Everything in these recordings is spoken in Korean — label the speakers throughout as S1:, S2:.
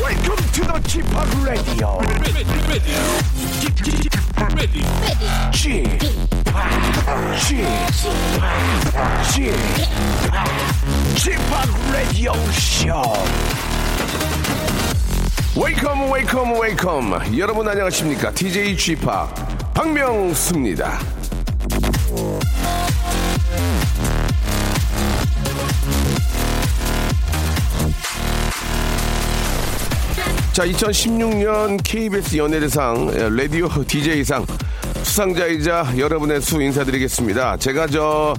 S1: Welcome to the g p o p Radio. g p o p G-POP Radio Show. Welcome, welcome, welcome. 여러분 안녕하십니까? DJ G-POP 박명수입니다. 자, 2016년 KBS 연예대상 예, 라디오 DJ상 수상자이자 여러분의 수 인사드리겠습니다. 제가 저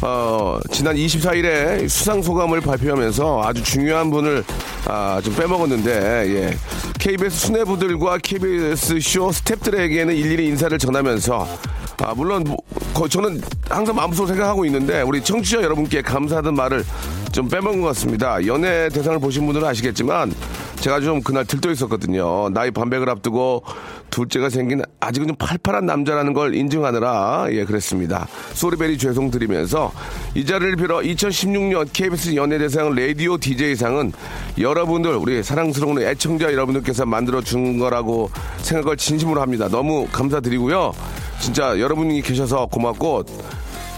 S1: 어, 지난 24일에 수상 소감을 발표하면서 아주 중요한 분을 아, 좀 빼먹었는데 예. KBS 수뇌부들과 KBS 쇼 스탭들에게는 일일이 인사를 전하면서 아, 물론 뭐, 거- 저는 항상 마음속으로 생각하고 있는데 우리 청취자 여러분께 감사하는 말을 좀 빼먹은 것 같습니다. 연애 대상을 보신 분들은 아시겠지만 제가 좀 그날 들떠 있었거든요. 나이 반백을 앞두고 둘째가 생긴 아직은 좀 팔팔한 남자라는 걸 인증하느라 예 그랬습니다. 소리베리 죄송드리면서 이 자리를 빌어 2016년 KBS 연예대상 라디오 DJ상은 여러분들 우리 사랑스러운 애청자 여러분들께서 만들어 준 거라고 생각을 진심으로 합니다. 너무 감사드리고요. 진짜 여러분이 계셔서 고맙고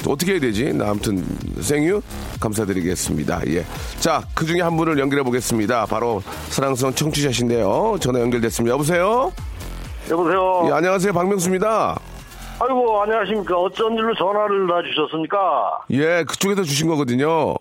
S1: 어떻게 해야 되지? 나 아무튼 생유 감사드리겠습니다. 예. 자, 그 중에 한 분을 연결해 보겠습니다. 바로 사랑스러운 청취자신데요. 전화 연결됐습니다. 여보세요?
S2: 여보세요.
S1: 예, 안녕하세요. 박명수입니다.
S2: 아이고 안녕하십니까. 어쩐 일로 전화를 놔주셨습니까?
S1: 예, 그쪽에서 주신 거거든요.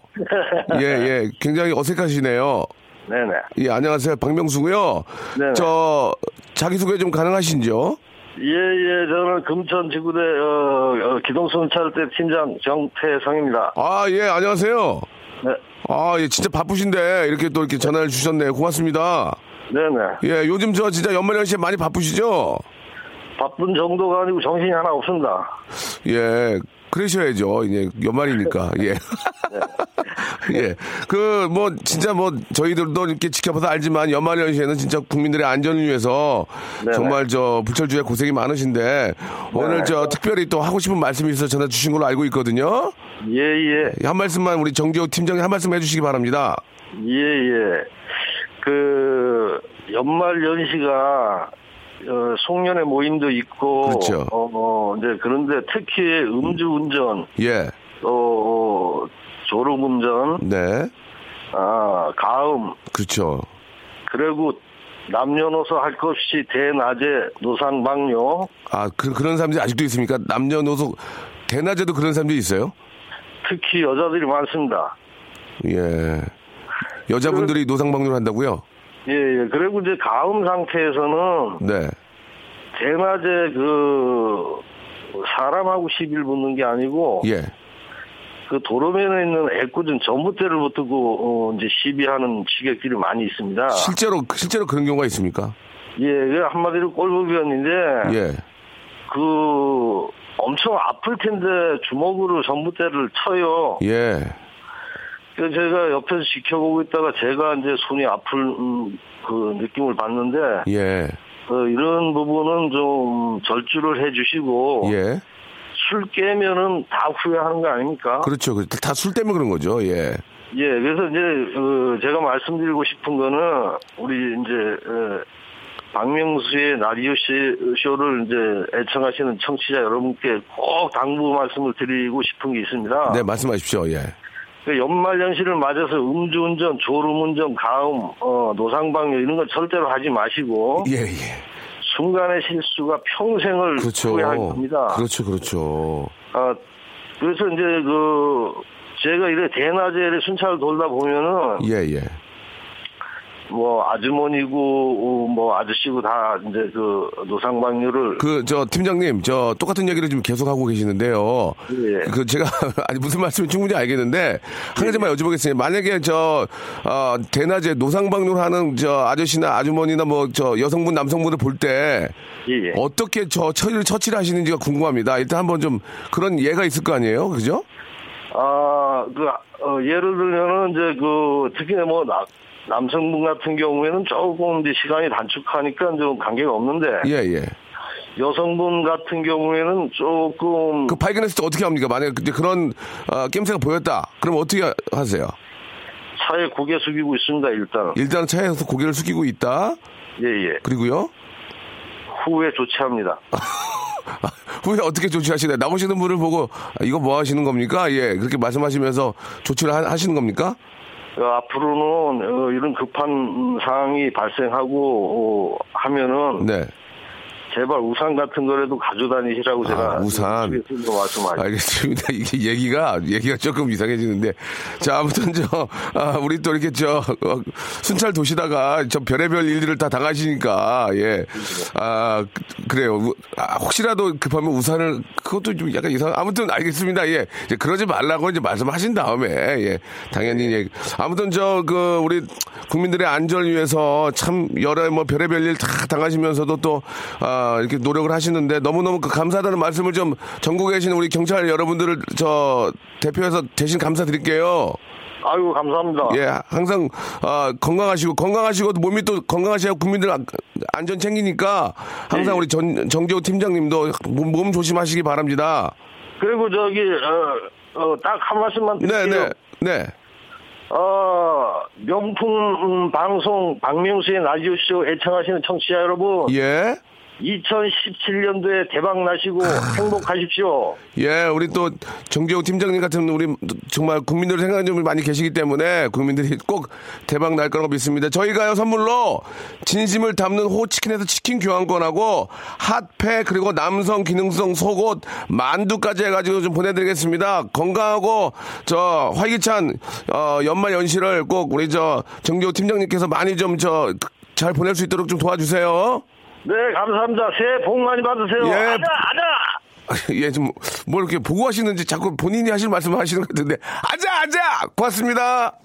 S1: 예, 예. 굉장히 어색하시네요.
S2: 네네.
S1: 예, 안녕하세요. 박명수고요.
S2: 네네.
S1: 저 자기소개 좀 가능하신지요?
S2: 예예 저는 금천 지구대 어, 어, 기동순 차를대 팀장 정태성입니다.
S1: 아, 예, 안녕하세요.
S2: 네.
S1: 아, 예, 진짜 바쁘신데 이렇게 또 이렇게 전화를 주셨네요. 고맙습니다.
S2: 네네.
S1: 예, 요즘 저 진짜 연말 연시에 많이 바쁘시죠?
S2: 바쁜 정도가 아니고 정신이 하나 없습니다.
S1: 예, 그러셔야죠. 이제 연말이니까. 예. 예. 그, 뭐, 진짜 뭐, 저희들도 이렇게 지켜봐서 알지만 연말 연시에는 진짜 국민들의 안전을 위해서
S2: 네네.
S1: 정말 저 불철주야 고생이 많으신데 오늘 저 특별히 또 하고 싶은 말씀이 있어서 전화 주신 걸로 알고 있거든요.
S2: 예예
S1: 한 말씀만 우리 정재호 팀장님 한 말씀 해주시기 바랍니다.
S2: 예예. 그 연말 연시가 어, 송년회 모임도 있고
S1: 그렇죠.
S2: 어, 어, 이제 그런데 특히 음주운전
S1: 예.
S2: 또 어, 졸음운전
S1: 네.
S2: 아, 가음,
S1: 그렇죠.
S2: 그리고 남녀노소 할 것 없이 대낮에 노상방뇨,
S1: 아, 그, 그런 사람들이 아직도 있습니까? 남녀노소, 대낮에도 그런 사람들이 있어요?
S2: 특히 여자들이 많습니다.
S1: 예. 여자분들이 노상방뇨를 한다고요?
S2: 예, 예. 그리고 이제 가음 상태에서는
S1: 네.
S2: 대낮에 그 사람하고 시비를 붙는 게 아니고
S1: 예.
S2: 그 도로면에 있는 애꿎은 전봇대를 붙들고 어, 이제 시비하는 지객들이 많이 있습니다.
S1: 실제로 실제로 그런 경우가 있습니까?
S2: 예, 그 한마디로 꼴보기였는데
S1: 예.
S2: 그 엄청 아플 텐데 주먹으로 전봇대를 쳐요.
S1: 예.
S2: 그 제가 옆에서 지켜보고 있다가 제가 이제 손이 아플 음, 그 느낌을 받는데
S1: 예.
S2: 어, 이런 부분은 좀 절주를 해주시고
S1: 예.
S2: 술 깨면은 다 후회하는 거 아닙니까?
S1: 그렇죠. 다 술 때문에 그런 거죠. 예.
S2: 예, 그래서 이제 어, 제가 말씀드리고 싶은 거는 우리 이제 어, 박명수의 라디오 씨- 쇼를 이제 애청하시는 청취자 여러분께 꼭 당부 말씀을 드리고 싶은 게 있습니다.
S1: 네, 말씀하십시오. 예.
S2: 그 연말연시를 맞아서 음주운전, 졸음운전, 가음, 어, 노상방뇨 이런 걸 절대로 하지 마시고
S1: 예, 예.
S2: 순간의 실수가 평생을
S1: 그렇죠.
S2: 후회할 겁니다.
S1: 그렇죠. 그렇죠.
S2: 아, 그래서 이제 그 제가 이래 대낮에 이래 순찰을 돌다 보면은
S1: 예, 예.
S2: 뭐 아주머니고 어, 뭐 아저씨고 다 이제 그 노상방뇨를
S1: 그 저 팀장님 저 똑같은 얘기를 지금 계속 하고 계시는데요.
S2: 예.
S1: 그 제가 아니 무슨 말씀인지 충분히 알겠는데 한 가지만 여쭤보겠습니다. 만약에 저 어, 대낮에 노상방뇨를 하는 저 아저씨나 아주머니나 뭐 저 여성분 남성분을 볼 때
S2: 예, 예.
S1: 어떻게 저 처리를 처치를 하시는지가 궁금합니다. 일단 한번 좀 그런 예가 있을 거 아니에요, 그죠?
S2: 아, 그, 어, 예를 들면은, 이제 그, 특히나 뭐, 나- 남성분 같은 경우에는 조금 이제 시간이 단축하니까 좀 관계가 없는데,
S1: 예 예.
S2: 여성분 같은 경우에는 조금,
S1: 그 발견했을 때 어떻게 합니까? 만약에 그때 그런 어, 낌새가 보였다. 그럼 어떻게 하- 하세요?
S2: 차에 고개 숙이고 있습니다, 일단은.
S1: 일단 차에서 고개를 숙이고 있다.
S2: 예, 예.
S1: 그리고요.
S2: 후에 조치합니다.
S1: 후에 어떻게 조치하시나요? 나오시는 분을 보고 아, 이거 뭐 하시는 겁니까? 예, 그렇게 말씀하시면서 조치를 하, 시는 겁니까?
S2: 어, 앞으로는, 어, 이런 급한 음, 상황이 발생하고, 어, 하면은,
S1: 네,
S2: 제발 우산 같은 거라도 가져다니시라고 제가.
S1: 아, 우산.
S2: 말씀드리고 말씀하셨-
S1: 알겠습니다. 이게 얘기가 얘기가 조금 이상해지는데 자 아무튼 저 아, 우리 또 이렇게 저 어, 순찰 도시다가 저 별의별 일들을 다 당하시니까 예. 예아 그래요. 우- 아, 혹시라도 급하면 우산을 그것도 좀 약간 이상. 아무튼 알겠습니다. 예 이제 그러지 말라고 이제 말씀하신 다음에 예 당연히 예 아무튼 저 그 우리 국민들의 안전을 위해서 참 여러 뭐 별의별 일 다 당하시면서도 또 아, 이렇게 노력을 하시는데 너무너무 그 감사하다는 말씀을 좀 전국에 계신 우리 경찰 여러분들을 저 대표해서 대신 감사드릴게요.
S2: 아유, 감사합니다.
S1: 예, 항상 아, 건강하시고 건강하시고 또 몸이 또 건강하셔야 국민들 안- 안전 챙기니까 항상 우리 전, 정재호 팀장님도 몸, 몸 조심하시기 바랍니다.
S2: 그리고 저기 어, 딱 한 말씀만
S1: 네,
S2: 드릴게요.
S1: 네, 네.
S2: 어, 명품 음, 방송 박명수의 라디오쇼 애청하시는 청취자 여러분,
S1: 예.
S2: 2017년도에 대박 나시고 행복하십시오.
S1: 예, 우리 또 정재호 팀장님 같은 우리 정말 국민들 생각하는 점이 많이 계시기 때문에 국민들이 꼭 대박 날 거라고 믿습니다. 저희가요 선물로 진심을 담는 호치킨에서 치킨 교환권하고 핫팩 그리고 남성 기능성 속옷 만두까지 해가지고 좀 보내드리겠습니다. 건강하고 저 활기찬 어, 연말 연시를 꼭 우리 저 정재호 팀장님께서 많이 좀 저 잘 보낼 수 있도록 좀 도와주세요.
S2: 네, 감사합니다. 새해 복 많이 받으세요.
S1: 예.
S2: 아자, 아자!
S1: 예, 좀, 뭘 이렇게 보고 하시는지 자꾸 본인이 하실 말씀 하시는 것 같은데. 아자, 아자! 고맙습니다.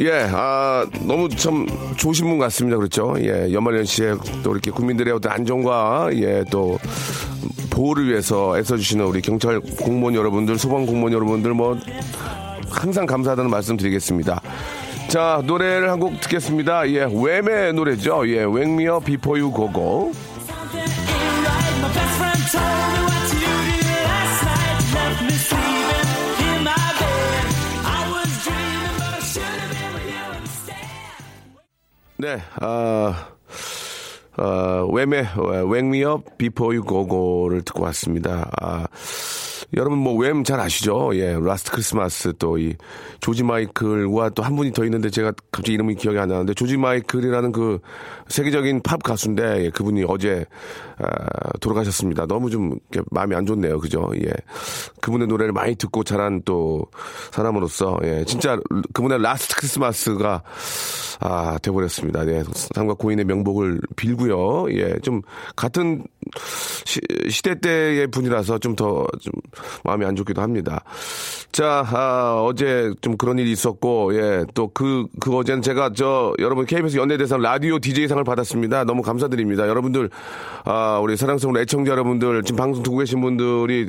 S1: 예, 아, 너무 참 좋으신 분 같습니다. 그렇죠? 예, 연말연시에 또 이렇게 국민들의 어떤 안전과, 예, 또, 보호를 위해서 애써주시는 우리 경찰 공무원 여러분들, 소방 공무원 여러분들, 뭐, 항상 감사하다는 말씀 드리겠습니다. 자, 노래를 한 곡 듣겠습니다. 예, 웸의 노래죠. 예, 웸미어 비포 유 고고.
S3: Something ain't right. My best friend told me what you did last night. Left me sleeping in my bed. I was dreaming, but I should have been with you instead.
S1: 네, 아, 아, 웸의 웽미어 비포 유 고고를 듣고 왔습니다. 아, 여러분 뭐 웸 잘 아시죠? 예, 라스트 크리스마스 또 이 조지 마이클과 또 한 분이 더 있는데 제가 갑자기 이름이 기억이 안 나는데 조지 마이클이라는 그 세계적인 팝 가수인데 예, 그분이 어제 아, 돌아가셨습니다. 너무 좀 이렇게 마음이 안 좋네요, 그죠? 예, 그분의 노래를 많이 듣고 자란 또 사람으로서 예, 진짜 그분의 라스트 크리스마스가 아 돼버렸습니다. 예, 삼가 고인의 명복을 빌고요. 예, 좀 같은 시, 시대 때의 분이라서 좀 더 좀 마음이 안 좋기도 합니다. 자, 아, 어제 좀 그런 일이 있었고, 예, 또 그, 그 어제는 제가 저, 여러분 KBS 연예대상 라디오 DJ상을 받았습니다. 너무 감사드립니다. 여러분들, 아, 우리 사랑스러운 애청자 여러분들, 지금 방송 듣고 계신 분들이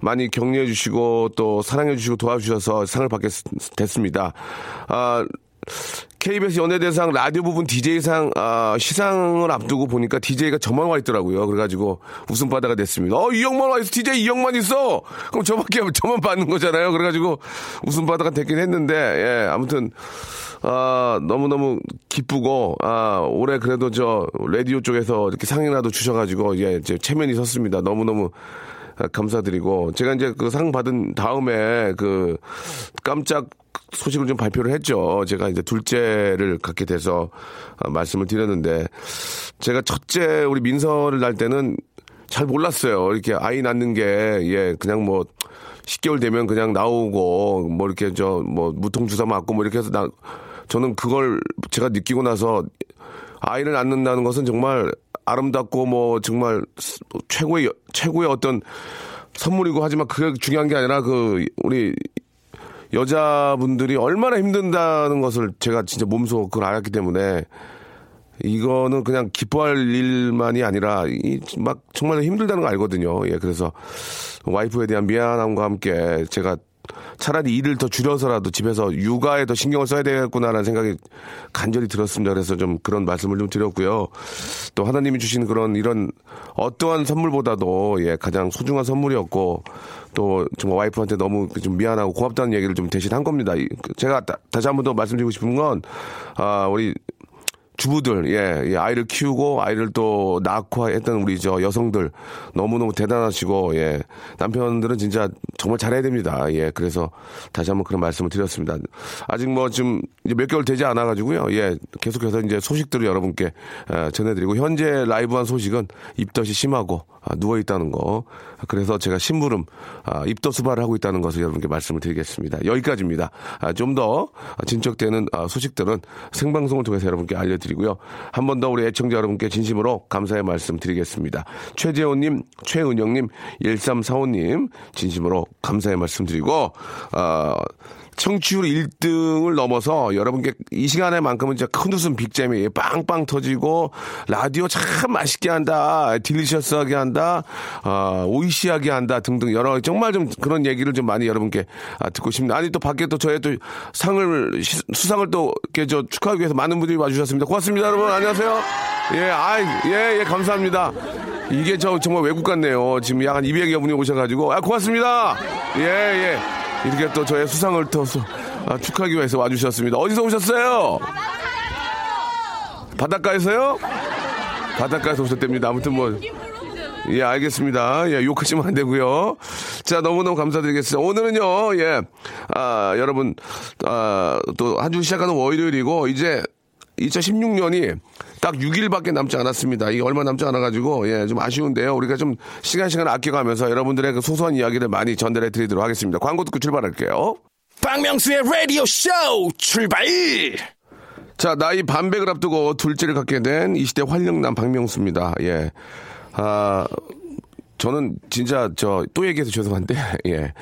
S1: 많이 격려해 주시고, 또 사랑해 주시고 도와주셔서 상을 받게 됐습니다. 아, KBS 연예대상 라디오 부분 DJ상 아, 시상을 앞두고 보니까 DJ가 저만 와 있더라고요. 그래가지고 웃음바다가 됐습니다. 어 이영만 와 있어. DJ 이영만 있어. 그럼 저밖에 저만 받는 거잖아요. 그래가지고 웃음바다가 됐긴 했는데 예 아무튼 아, 너무너무 기쁘고 아, 올해 그래도 저 라디오 쪽에서 이렇게 상이라도 주셔가지고 예 이제 체면이 섰습니다. 너무너무 아, 감사드리고 제가 이제 그 상 받은 다음에 그 깜짝 소식을 좀 발표를 했죠. 제가 이제 둘째를 갖게 돼서 아, 말씀을 드렸는데 제가 첫째 우리 민서를 낳을 때는 잘 몰랐어요. 이렇게 아이 낳는 게 예 그냥 뭐 10개월 되면 그냥 나오고 뭐 이렇게 저 뭐 무통 주사 맞고 뭐 이렇게 해서 나 저는 그걸 제가 느끼고 나서 아이를 낳는다는 것은 정말 아름답고 뭐 정말 스- 최고의 여- 최고의 어떤 선물이고 하지만 그게 중요한 게 아니라 그 우리 여자분들이 얼마나 힘든다는 것을 제가 진짜 몸소 그걸 알았기 때문에 이거는 그냥 기뻐할 일만이 아니라 이 막 정말 힘들다는 거 알거든요. 예, 그래서 와이프에 대한 미안함과 함께 제가 차라리 일을 더 줄여서라도 집에서 육아에 더 신경을 써야 되겠구나라는 생각이 간절히 들었습니다. 그래서 좀 그런 말씀을 좀 드렸고요. 또 하나님이 주신 그런 이런 어떠한 선물보다도 예, 가장 소중한 선물이었고 또 정말 와이프한테 너무 좀 미안하고 고맙다는 얘기를 좀 대신 한 겁니다. 이- 제가 다, 다시 한 번 더 말씀드리고 싶은 건 아, 우리 주부들, 예, 예, 아이를 키우고 아이를 또 낳고 했던 우리 저 여성들 너무너무 대단하시고, 예, 남편들은 진짜 정말 잘해야 됩니다. 예, 그래서 다시 한번 그런 말씀을 드렸습니다. 아직 뭐 지금 이제 몇 개월 되지 않아가지고요. 예, 계속해서 이제 소식들을 여러분께 예, 전해드리고, 현재 라이브한 소식은 입덧이 심하고, 아, 누워있다는 거. 그래서 제가 심부름, 아, 입덧 수발을 하고 있다는 것을 여러분께 말씀을 드리겠습니다. 여기까지입니다. 아, 좀 더 진척되는 아, 소식들은 생방송을 통해서 여러분께 알려드리고요. 한 번 더 우리 애청자 여러분께 진심으로 감사의 말씀 드리겠습니다. 최재호님, 최은영님, 1345님, 진심으로 감사의 말씀 드리고, 아, 청취율 1등을 넘어서 여러분께 이 시간에만큼은 진짜 큰 웃음 빅잼이 빵빵 터지고 라디오 참 맛있게 한다 딜리셔스하게 한다 아, 오이시하게 한다 등등 여러 정말 좀 그런 얘기를 좀 많이 여러분께 아, 듣고 싶습니다 아니 또 밖에 또 저의 또 상을 시- 수상을 또 이렇게 저 축하하기 위해서 많은 분들이 와주셨습니다 고맙습니다 여러분 안녕하세요 예 아이 예예 감사합니다 이게 저 정말 외국 같네요 지금 약 한 200여 분이 오셔가지고 아 고맙습니다 예 예. 이렇게 또 저의 수상을 또 수- 아, 축하하기 위해서 와주셨습니다. 어디서 오셨어요? 바닷가에서요? 바닷가에서 오셨답니다. 아무튼 뭐. 예, 알겠습니다. 예, 욕하시면 안 되고요. 자, 너무너무 감사드리겠습니다. 오늘은요, 예, 아, 여러분, 아, 또 한 주 시작하는 월요일이고, 이제 2016년이 딱 6일밖에 남지 않았습니다. 이게 얼마 남지 않아가지고, 예, 좀 아쉬운데요. 우리가 좀 시간시간 아껴가면서 여러분들의 그 소소한 이야기를 많이 전달해 드리도록 하겠습니다. 광고 듣고 출발할게요.
S4: 박명수의 라디오 쇼 출발!
S1: 자, 나이 반백을 앞두고 둘째를 갖게 된 이 시대 활력남 박명수입니다. 예. 아, 저는 진짜 저 또 얘기해서 죄송한데, 예.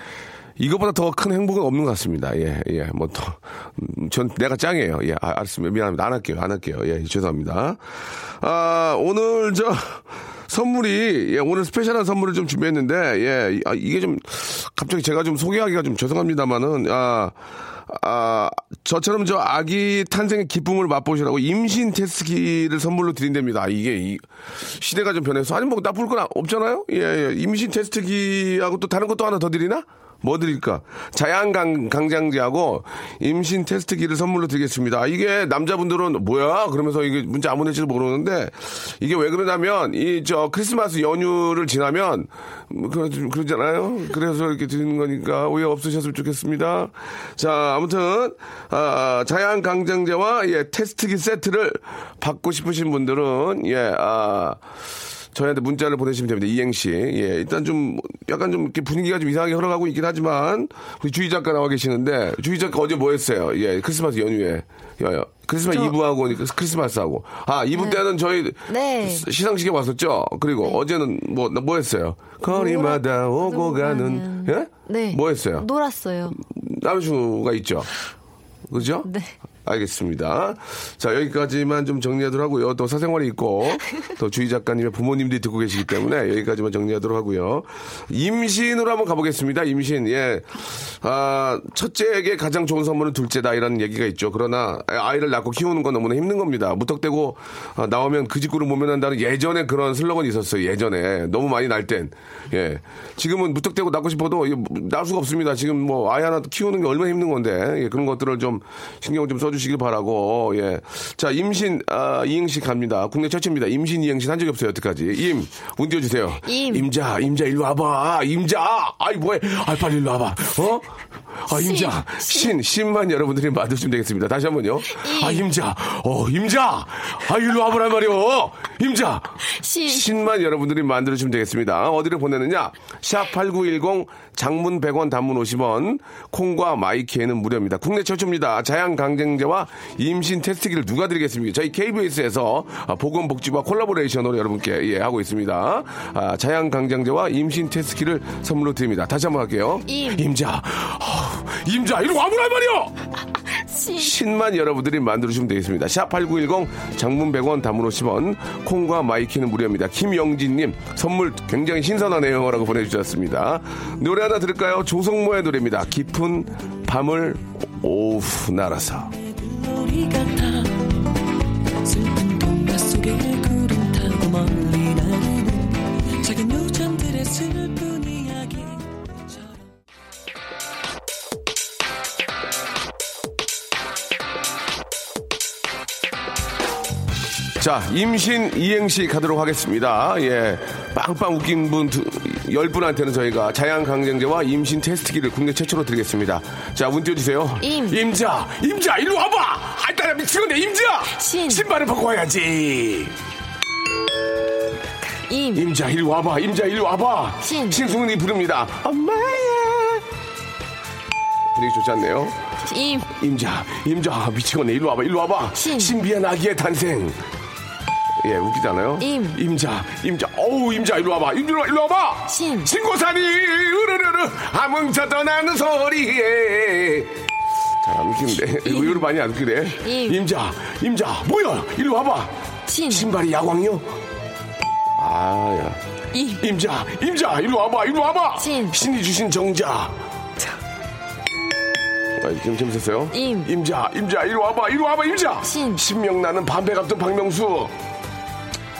S1: 이거보다 더 큰 행복은 없는 것 같습니다. 예, 예. 뭐 더, 음, 전 내가 짱이에요. 예, 아, 알았습니다. 미안합니다. 안 할게요. 안 할게요. 예, 죄송합니다. 아, 오늘 저, 선물이, 예, 오늘 스페셜한 선물을 좀 준비했는데, 예, 이- 아, 이게 좀, 갑자기 제가 좀 소개하기가 좀 죄송합니다만은, 아, 아, 저처럼 저 아기 탄생의 기쁨을 맛보시라고 임신 테스트기를 선물로 드린답니다. 아, 이게 이 시대가 좀 변해서 아니 뭐 나쁠 건 없잖아요. 예, 예. 임신 테스트기하고 또 다른 것도 하나 더 드리나? 뭐 드릴까? 자양 강, 강장제하고 임신 테스트기를 선물로 드리겠습니다. 아, 이게 남자분들은 뭐야? 그러면서 이게 문제 안 보낼지도 모르는데 이게 왜 그러냐면 이 저 크리스마스 연휴를 지나면 뭐 그러, 그러잖아요. 그래서 이렇게 드리는 거니까 오해 없으셨으면 좋겠습니다. 자, 아무튼 아, 자양 강장제와 예, 테스트기 세트를 받고 싶으신 분들은 예, 아 저희한테 문자를 보내시면 됩니다. 이행시. 예, 일단 좀, 약간 좀 이렇게 분위기가 좀 이상하게 흘러가고 있긴 하지만, 우리 주희 작가 나와 계시는데, 주희 작가 어제 뭐 했어요? 예, 크리스마스 연휴에. 예, 예. 크리스마스 이브하고 크리스마스하고. 아, 이브 때는 저희
S5: 네.
S1: 시- 시상식에 왔었죠? 그리고 어제는 뭐, 뭐 했어요? 거리마다 오고 가는, 예?
S5: 네.
S1: 뭐 했어요?
S5: 놀았어요.
S1: 남주가 있죠. 그죠?
S5: 네.
S1: 알겠습니다. 자, 여기까지만 좀 정리하도록 하고요. 또 사생활이 있고, 또 주희 작가님의 부모님들이 듣고 계시기 때문에 여기까지만 정리하도록 하고요. 임신으로 한번 가보겠습니다. 임신. 예. 아, 첫째에게 가장 좋은 선물은 둘째다. 이런 얘기가 있죠. 그러나 아이를 낳고 키우는 건 너무나 힘든 겁니다. 무턱대고 아, 나오면 그 직구를 모면한다는 예전에 그런 슬로건이 있었어요. 예전에. 너무 많이 날 땐. 예. 지금은 무턱대고 낳고 싶어도 이게 낳을 수가 없습니다. 지금 뭐 아이 하나 키우는 게 얼마나 힘든 건데. 예, 그런 것들을 좀 신경 좀 써주시길 바라고. 예. 자, 임신, 아, 이행시 갑니다. 국내 최초입니다. 임신 이행시 한 적이 없어요. 여태까지. 임. 운 띄워주세요.
S5: 임.
S1: 임자, 임자, 일로 와봐. 임자! 아이, 뭐해. 아이, 빨리 일로 와봐. 어? 아, 임자. 신, 신만 여러분들이 맞으시면 되겠습니다. 다시 한 번요. 아, 임자. 어, 임자. 아, 일로 와보란 말이오. 임자.
S5: 신.
S1: 신만 여러분들이 만들어주시면 되겠습니다. 어디를 보내느냐? 샵8910 장문 100원 단문 50원 콩과 마이키에는 무료입니다. 국내 최초입니다. 자양강쟁제와 임신 테스트기를 누가 드리겠습니까? 저희 KBS에서 보건복지부와 콜라보레이션으로 여러분께 예, 하고 있습니다. 아, 자양강쟁제와 임신 테스트기를 선물로 드립니다. 다시 한번 할게요.
S5: 임.
S1: 임자. 어우, 임자. 이리 와보란 말이오!
S5: 신.
S1: 신만 여러분들이 만들어주시면 되겠습니다. 샵8910 장문 100원 담문 50원 콩과 마이키는 무료입니다. 김영진님 선물 굉장히 신선하네요 라고 보내주셨습니다. 노래 하나 들을까요? 조성모의 노래입니다. 깊은 밤을 오후 날아서
S3: 우리 같아 슬픈 동화 속에 구름 타고 멀리 날리는 작은 요정들의 슬픈 이야기처럼
S1: 자 임신 이행시 가도록 하겠습니다. 예 빵빵 웃긴 분 두, 열 분한테는 저희가 자양강장제와 임신 테스트기를 국내 최초로 드리겠습니다. 자운 띄워주세요.
S5: 임.
S1: 임자 임자 일로 와봐. 아따라 미치겠네 임자.
S5: 신.
S1: 신발을 벗고 와야지.
S5: 임.
S1: 임자 일로 와봐. 임자 일로 와봐.
S5: 신.
S1: 신승훈이 부릅니다. 엄마야. 분위기 좋지 않네요.
S5: 임.
S1: 임자, 임자, 미치겠네. 일로 와봐, 일로 와봐.
S5: 신.
S1: 신비한 아기의 탄생. 예, 웃기잖아요.
S5: 임.
S1: 임자, 임자, 어우, 임자, 일로 와봐. 임자, 일로, 와- 일로 와봐.
S5: 신.
S1: 신고사리, 으르르르, 하뭉쳐 떠나는 소리에. 잘 안 웃기는데. 의외로 많이 안 웃기네.
S5: 임.
S1: 임자, 임자, 뭐야? 일로 와봐.
S5: 신.
S1: 신발이 야광이요? 아, 야.
S5: 임.
S1: 임자, 임자, 이리 와봐, 이리 와봐.
S5: 신.
S1: 신이 주신 정자. 아, 지금 재밌었어요?
S5: 임.
S1: 임자, 임자, 이리 와봐, 이리 와봐, 임자.
S5: 신.
S1: 신명나는 반배 같은 박명수.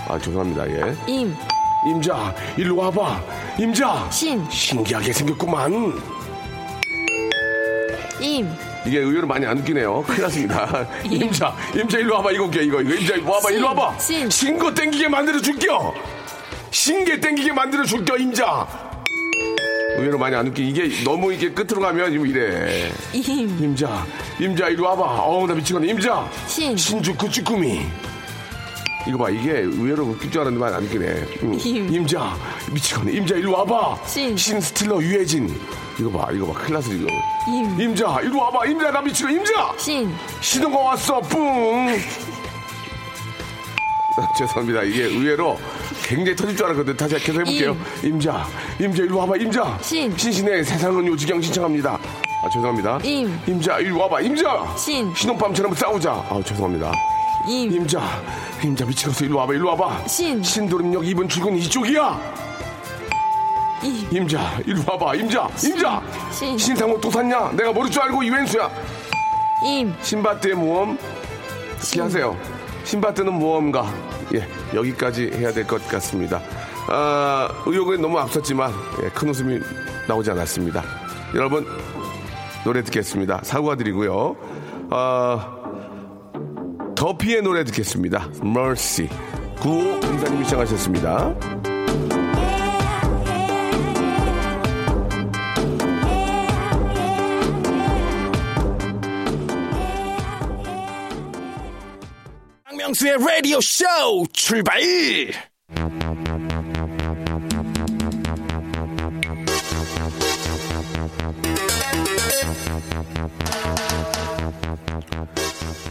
S1: 아, 죄송합니다, 예.
S5: 임.
S1: 임자, 이리 와봐, 임자.
S5: 신.
S1: 신기하게 생겼구만.
S5: 임.
S1: 이게 의외로 많이 안 웃기네요. 큰일 났습니다. 임자, 임자, 일로 와봐, 이거 웃겨, 이거, 이거. 임자, 이리 와봐,
S5: 신,
S1: 일로 와봐.
S5: 신.
S1: 신거 땡기게 만들어 줄겨. 신게 땡기게 만들어 줄겨, 임자. 의외로 많이 안 웃기. 이게 너무 이게 끝으로 가면 지금 이래.
S5: 임.
S1: 임자, 임자, 이리 와봐. 어우, 나 미치겠네. 임자.
S5: 신.
S1: 신주쿠 그 쭈꾸미. 이거 봐, 이게 의외로 그 웃길 줄 알았는데 많이 안 웃기네. 응.
S5: 임.
S1: 임자, 미치겠네. 임자, 이리 와봐.
S5: 신.
S1: 스틸러 유해진. 이거 봐, 이거 봐. 큰일 났어, 지금.
S5: 임.
S1: 임자, 이리 와봐. 임자, 나 미치겠네. 임자.
S5: 신.
S1: 신호가 왔어 뿡 아, 죄송합니다 이게 의외로 굉장히 터질 줄 알았거든요 다시 계속 해볼게요 임자 임자 일로 와봐 임자
S5: 신.
S1: 신신의 세상은 요지경 신청합니다 아 죄송합니다
S5: 임.
S1: 임자 일로 와봐 임자
S5: 신.
S1: 신혼밤처럼 싸우자 아 죄송합니다
S5: 임.
S1: 임자 임자 미치겠어 일로 와봐 일로 와봐
S5: 신.
S1: 신도림역 2번 출근 이쪽이야
S5: 임.
S1: 임자 일로 와봐 임자 임자
S5: 신.
S1: 신상호 또 샀냐 내가 모를 줄 알고 이wen수야
S5: 임.
S1: 신밧드의 모험 어떻게 하세요? 신밧드는 모험가 예 여기까지 해야 될 것 같습니다. 아, 의욕은 너무 앞섰지만 예, 큰 웃음이 나오지 않았습니다. 여러분 노래 듣겠습니다. 사과드리고요. 아, 더피의 노래 듣겠습니다. Mercy 구호 공사님이 시청하셨습니다.
S4: 박명수의 라디오 쇼 출발!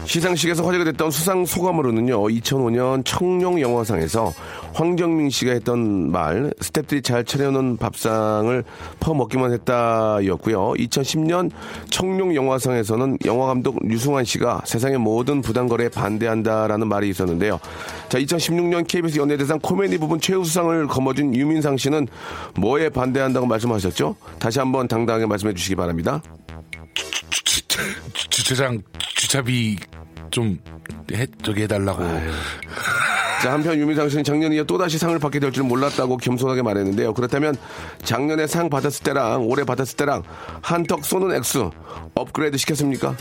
S1: 시상식에서 화제가 됐던 수상 소감으로는요, 2005년 청룡 영화상에서 황정민 씨가 했던 말, 스탭들이 잘 차려놓은 밥상을 퍼먹기만 했다였고요. 2010년 청룡 영화상에서는 영화감독 류승환 씨가 세상의 모든 부당거래에 반대한다라는 말이 있었는데요. 자, 2016년 KBS 연예대상 코미디 부분 최우수상을 거머쥔 유민상 씨는 뭐에 반대한다고 말씀하셨죠? 다시 한번 당당하게 말씀해 주시기 바랍니다.
S6: 주차장 주차비 좀 해, 저기 해달라고
S1: 자, 한편 유민상 씨는 작년이야 또다시 상을 받게 될 줄 몰랐다고 겸손하게 말했는데요. 그렇다면 작년에 상 받았을 때랑 올해 받았을 때랑 한턱 쏘는 액수 업그레이드 시켰습니까?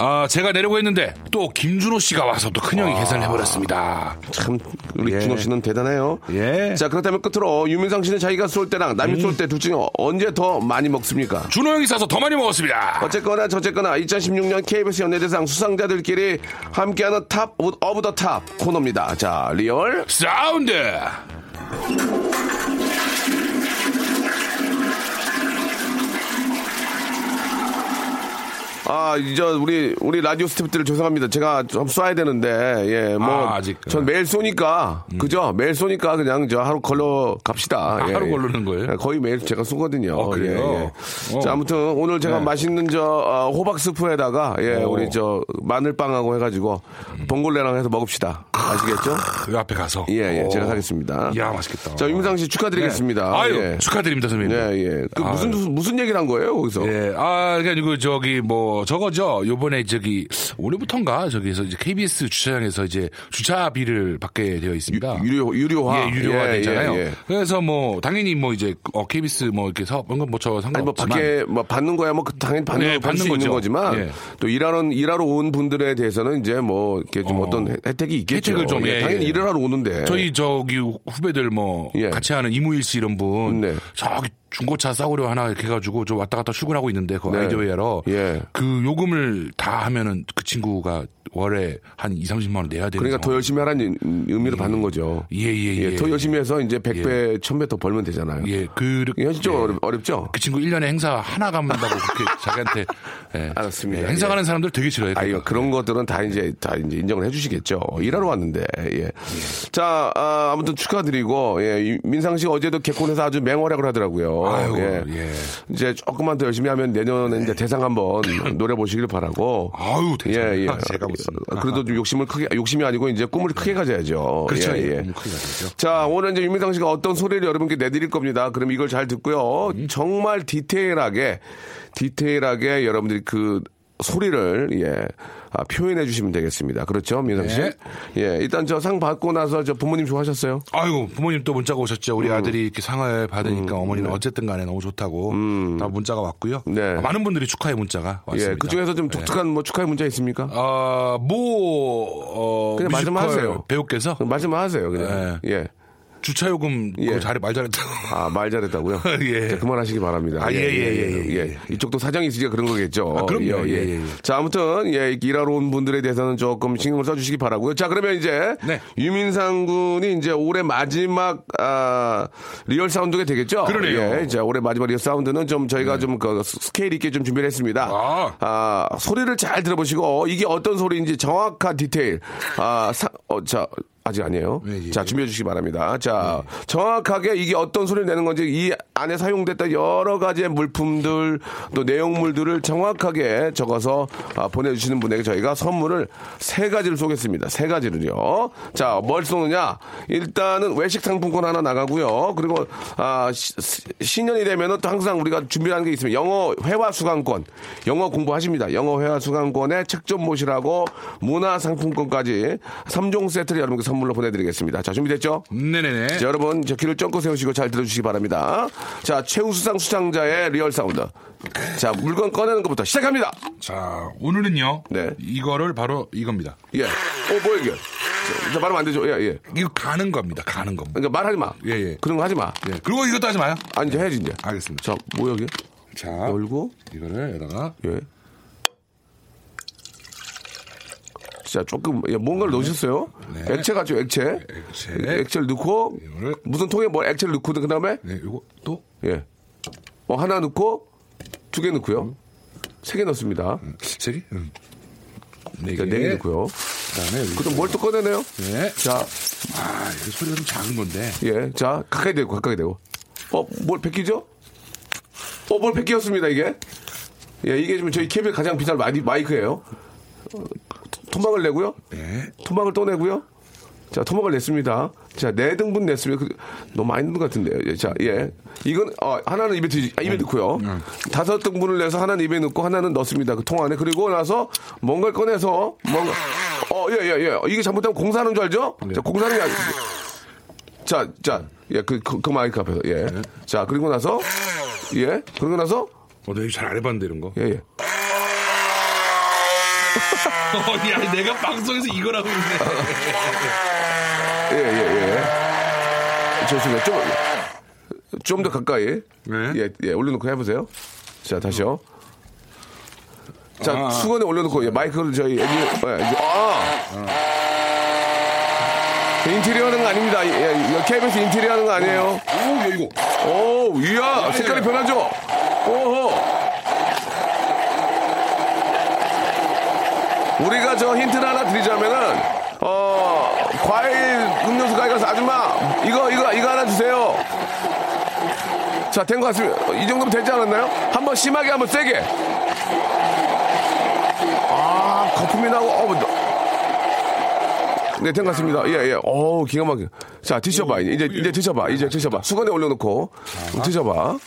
S6: 아, 제가 내려고 했는데 또 김준호 씨가 와서 또 큰형이 계산을 해버렸습니다.
S1: 참 우리
S4: 예.
S1: 준호 씨는 대단해요.
S4: 예. 음.
S1: 자 그렇다면 끝으로 유민상 씨는 자기가 쏠 때랑 남이 쏠 때 둘 중에 언제 더 많이 먹습니까?
S6: 준호 형이 사서 더 많이 먹었습니다.
S1: 어쨌거나 저쨌거나 2016년 KBS 연예대상 수상자들끼리 함께하는 탑 오브 더 탑 코너입니다. 자 리얼
S6: 사운드.
S1: 아, 이제 우리 우리 라디오 스태프들 죄송합니다. 제가 좀 쏴야 되는데 예, 뭐
S6: 아, 아직.
S1: 전 매일 쏘니까 그죠? 매일 쏘니까 그냥 저 하루 걸러 갑시다.
S6: 아,
S1: 예,
S6: 하루
S1: 예.
S6: 걸르는 거예요?
S1: 예, 거의 매일 제가 쏘거든요.
S6: 아, 그래요?
S1: 어, 예, 예.
S6: 어.
S1: 자, 아무튼 오늘 제가
S6: 네.
S1: 맛있는 저 어, 호박 스프에다가 예,
S6: 오.
S1: 우리 저 마늘빵하고 해가지고 봉골레랑 해서 먹읍시다. 아시겠죠?
S6: 그 앞에 가서.
S1: 예, 예,
S6: 오.
S1: 제가 사겠습니다.
S6: 이야, 맛있겠다. 네.
S1: 자, 윤상 씨 축하드리겠습니다.
S6: 아유,
S1: 예.
S6: 축하드립니다, 선배님.
S1: 예, 예. 그 무슨 무슨- 무슨 얘기를 한 거예요 거기서?
S6: 예, 아, 그러니까 이거 저기 뭐 저거죠. 요번에 저기 오늘부터인가 저기서 이제 KBS 주차장에서 이제 주차비를 받게 되어 있습니다.
S1: 유료 유료화
S6: 예, 유료화
S1: 예,
S6: 되잖아요.
S1: 예, 예.
S6: 그래서 뭐 당연히 뭐 이제 어, KBS 뭐 이렇게 사업 그런 건뭐저
S1: 아니 뭐
S6: 상관없지만
S1: 밖에 뭐 받는 거야 뭐 그- 당연히 받는
S6: 네,
S1: 거 받을
S6: 받는
S1: 수 있는
S6: 거죠.
S1: 거지만
S6: 예.
S1: 또 일하러 일하러 온 분들에 대해서는 이제 뭐 이렇게 좀
S6: 어.
S1: 어, 떤 혜택이 있겠죠.
S6: 혜택을 좀,
S1: 예,
S6: 예,
S1: 당연히
S6: 예.
S1: 일을 하러 오는데
S6: 저희 저기 후배들 뭐
S1: 예.
S6: 같이 하는 이무일 씨 이런 분
S1: 네.
S6: 저기 중고차 싸구려 하나 이렇게 해가지고 저 왔다 갔다 출근하고 있는데 그
S1: 네.
S6: 아이디어웨어로
S1: 예.
S6: 그 요금을 다 하면은 그 친구가 월에 한 2, 30만 원 내야 되는
S1: 그러니까 더 열심히 하라는 의미로 받는 거죠.
S6: 네, 뭐. 예. 예예예
S1: 예, 더 열심히 해서 이제 100배, 1000배 더 벌면 되잖아요.
S6: 예, 그,
S1: 이게 현실적으로 어렵, 어렵죠?
S6: 그 친구 1년에 행사 하나 간다고 그렇게 자기한테. 예.
S1: 알았습니다.
S6: 예, 행사
S1: 예.
S6: 가는 사람들 되게 그러니까. 싫어요.
S1: 아, 이거 그런 것들은 다 이제 다 이제 인정을 해주시겠죠. 일하러 왔는데 예. 자 아, 무튼 축하드리고 예, 이- 민상 씨 어제도 개콘에서 아주 맹활약을 하더라고요.
S6: 아이고, 예. 네.
S1: 이제 조금만 더 열심히 하면 내년에 이제 대상 한번 노려보시길 바라고.
S6: 아유, 대상.
S1: 예, 예.
S6: 제가 못습니다.
S1: 아, 그래도 좀 욕심을 크게 욕심이 아니고 이제 꿈을 크게 가져야죠.
S6: 그렇죠.
S1: 예, 예.
S6: 너무 크게 가죠.
S1: 자, 오늘 이제 유민상 씨가 어떤 소리를 여러분께 내드릴 겁니다. 그럼 이걸 잘 듣고요. 정말 디테일하게, 디테일하게 여러분들이 그 소리를, 예, 아, 표현해 주시면 되겠습니다. 그렇죠, 민상 씨?
S6: 네.
S1: 예, 일단 저 상 받고 나서 저 부모님 좋아하셨어요?
S6: 아이고, 부모님 또 문자가 오셨죠.
S1: 음.
S6: 우리 아들이 이렇게 상을 받으니까 어머니는 어쨌든 간에 너무 좋다고 다 문자가 왔고요.
S1: 음.
S6: 아,
S1: 네.
S6: 많은 분들이 축하의 문자가 왔습니다. 네.
S1: 예, 그 중에서 좀 독특한 뭐 축하의 문자 있습니까?
S6: 아, 모, 어,
S1: 그냥
S6: 뮤지컬
S1: 말씀만 하세요.
S6: 배우께서
S1: 그럼 말씀만 하세요, 그냥.
S6: 네.
S1: 예.
S6: 주차요금
S1: 예.
S6: 그거 잘해, 말 잘했다고.
S1: 아, 말 잘했다고요?
S6: 예.
S1: 자, 그만하시기 바랍니다.
S6: 아, 예, 예, 예, 예,
S1: 이쪽도 사정이 있으니까 그런 거겠죠.
S6: 아, 그럼요. 예, 예, 예.
S1: 자, 아무튼, 예, 일하러 온 분들에 대해서는 조금 신경을 써주시기 바라고요 자, 그러면 이제.
S6: 네.
S1: 유민상 군이 이제 올해 마지막, 아, 리얼 사운드가 되겠죠?
S6: 그러네요. 네.
S1: 예, 자, 올해 마지막 리얼 사운드는 좀 저희가 좀 그 스케일 있게 좀 준비를 했습니다.
S6: 아.
S1: 아, 소리를 잘 들어보시고, 이게 어떤 소리인지 정확한 디테일. 아, 사, 어, 자. 아직 아니에요.
S6: 예, 예.
S1: 자, 준비해 주시기 바랍니다. 자, 정확하게 이게 어떤 소리를 내는 건지 이 안에 사용됐던 여러 가지의 물품들 또 내용물들을 정확하게 적어서 아, 보내주시는 분에게 저희가 선물을 세 가지를 쏘겠습니다. 세 가지를요. 자, 뭘 쏘느냐? 일단은 외식 상품권 하나 나가고요. 그리고 아, 시- 시- 신년이 되면은 또 항상 우리가 준비하는 게 있으면 영어 회화 수강권, 영어 공부하십니다. 영어 회화 수강권에 책 좀 모시라고 문화 상품권까지 3종 세트를 여러분께 선물로 보내드리겠습니다. 자, 준비됐죠?
S6: 네네네.
S1: 자, 여러분, 저 귀를 쫑긋 세우시고 잘 들어주시기 바랍니다. 자, 최우수상 수상자의 리얼 사운드. 자, 물건 꺼내는 것부터 시작합니다.
S6: 자, 오늘은요.
S1: 네.
S6: 이거를 바로 이겁니다.
S1: 예. 어, 뭐야, 이게? 자, 자, 말하면 안 되죠? 예, 예.
S6: 이거 가는 겁니다. 가는 겁니다.
S1: 그러니까 말하지 마.
S6: 예, 예.
S1: 그런 거 하지 마.
S6: 예. 그리고 이것도 하지 마요.
S1: 아니, 이제 해야지, 이제.
S6: 알겠습니다.
S1: 자, 뭐야, 이게?
S6: 자,
S1: 열고,
S6: 이거를 여기다가
S1: 아? 예. 자, 조금, 예, 뭔가를 넣으셨어요?
S6: 네.
S1: 액체 같죠, 액체?
S6: 액체. 네.
S1: 액체를 넣고,
S6: 이거를-
S1: 무슨 통에 뭘 액체를 넣고, 그 다음에,
S6: 네, 이거 또
S1: 예. 어, 하나 넣고, 두 개 넣고요.
S6: 음.
S1: 세 개 넣습니다.
S6: 세 개? 응. 네 개.
S1: 네 개 넣고요.
S6: 그다음에 여기.
S1: 그럼 뭘 또 꺼내네요?
S6: 네.
S1: 자,
S6: 아, 이거 소리가 좀 작은 건데.
S1: 예. 자, 가까이 대고, 가까이 대고. 어, 뭘 벗기죠? 어, 뭘 벗겼습니다, 이게? 예, 이게 지금 저희 캡의 가장 비싼 마이, 마이크예요 어, 토막을 내고요.
S6: 네.
S1: 토막을 또 내고요. 자, 토막을 냈습니다. 자, 네 등분 냈습니다. 그, 너무 많이 넣은 것 같은데요. 예, 자, 예. 이건, 어, 하나는 입에, 드, 아, 입에 넣고요. 다섯 등분을 내서 하나는 입에 넣고 하나는 넣습니다. 그 통 안에. 그리고 나서 뭔가를 꺼내서, 뭔가, 어, 예, 예, 예. 이게 잘못하면 공사하는 줄 알죠? 자, 공사하는 게 아니, 자, 자, 예, 그, 그, 그 마이크 앞에서, 예. 자, 그리고 나서, 예. 그리고 나서,
S6: 어, 내가 이거 잘안 해봤는데 이런 거.
S1: 예, 예.
S6: 아니, 아니, 내가 방송에서 이거라고 했네.
S1: 예, 예, 예. 좋습니다. 좀, 좀 더 가까이.
S6: 네.
S1: 예, 예, 올려놓고 해보세요. 자, 다시요. 자,
S6: 아.
S1: 수건에 올려놓고, 예, 마이크를 저희, 애기, 예, 아! 저 인테리어 하는 거 아닙니다. 예, 예, KBS 인테리어 하는 거 아니에요.
S6: 오, 야, 이거. 예,
S1: 오, 이야, 색깔이 변하죠? 오호. 우리가 저 힌트를 하나 드리자면은, 어, 과일 음료수 가게 가서 아줌마, 이거, 이거, 이거 하나 주세요. 자, 된 것 같습니다. 어, 이 정도면 되지 않았나요? 한번 심하게, 한번 세게. 아, 거품이 나고, 어, 너- 네, 된 것 같습니다. 예, 예. 어우, 기가 막혀. 자, 드셔봐.
S6: 예,
S1: 이제, 이제 드셔봐. 이제 드셔봐. 수건에 올려놓고. 드셔봐.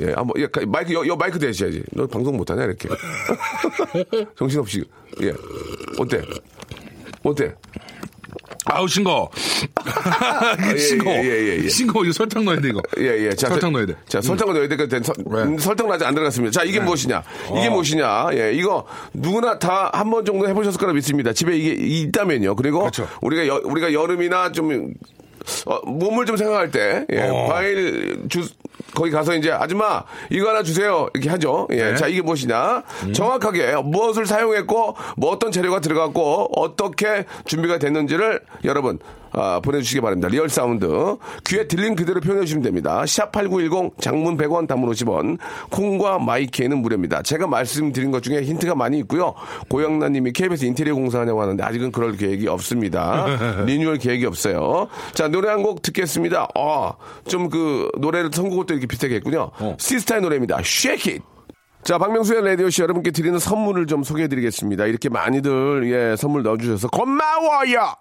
S1: 예, 한번, 예, 가- 마이크, 여, 여 마이크 대셔야지. 너 방송 못하냐, 이렇게. 정신없이. 예. 어때? 어때?
S6: 아우, 아, 싱거.
S1: 예,
S6: 싱거.
S1: 예, 예, 예.
S6: 싱거, 이거 설탕 넣어야 돼, 이거.
S1: 예, 예. 자, 서-
S6: 설탕 넣어야 돼. 네.
S1: 자, 설탕을 넣어야 되니까 된 서- 음, 설탕 아직 안 들어갔습니다. 자, 이게 무엇이냐? 이게
S6: 어.
S1: 무엇이냐? 예, 이거 누구나 다 한 번 정도 해보셨을 거라 믿습니다. 집에 이게 있다면요. 그리고
S6: 그렇죠.
S1: 우리가 여, 우리가 여름이나 좀 어, 몸을 좀 생각할 때 예,
S6: 어.
S1: 과일 주 거기 가서 이제 아줌마 이거 하나 주세요 이렇게 하죠. 예, 자 이게 무엇이냐? 정확하게 무엇을 사용했고 뭐 어떤 재료가 들어갔고 어떻게 준비가 됐는지를 여러분 아, 보내주시기 바랍니다. 리얼 사운드 귀에 들린 그대로 표현해 주시면 됩니다. 샵8910 장문 100원 단문 50원 콩과 마이키에는 무료입니다. 제가 말씀드린 것 중에 힌트가 많이 있고요. 고영란님이 KBS 인테리어 공사하냐고 하는데 아직은 그럴 계획이 없습니다. 리뉴얼 계획이 없어요. 자 노래 한 곡 듣겠습니다. 아, 좀 그 노래를 선곡할 때 이렇게 비슷하게 했군요. 시스타의 노래입니다. Shake It. 자, 박명수의 라디오씨 여러분께 드리는 선물을 좀 소개해 드리겠습니다. 이렇게 많이들, 예, 선물 넣어주셔서 고마워요!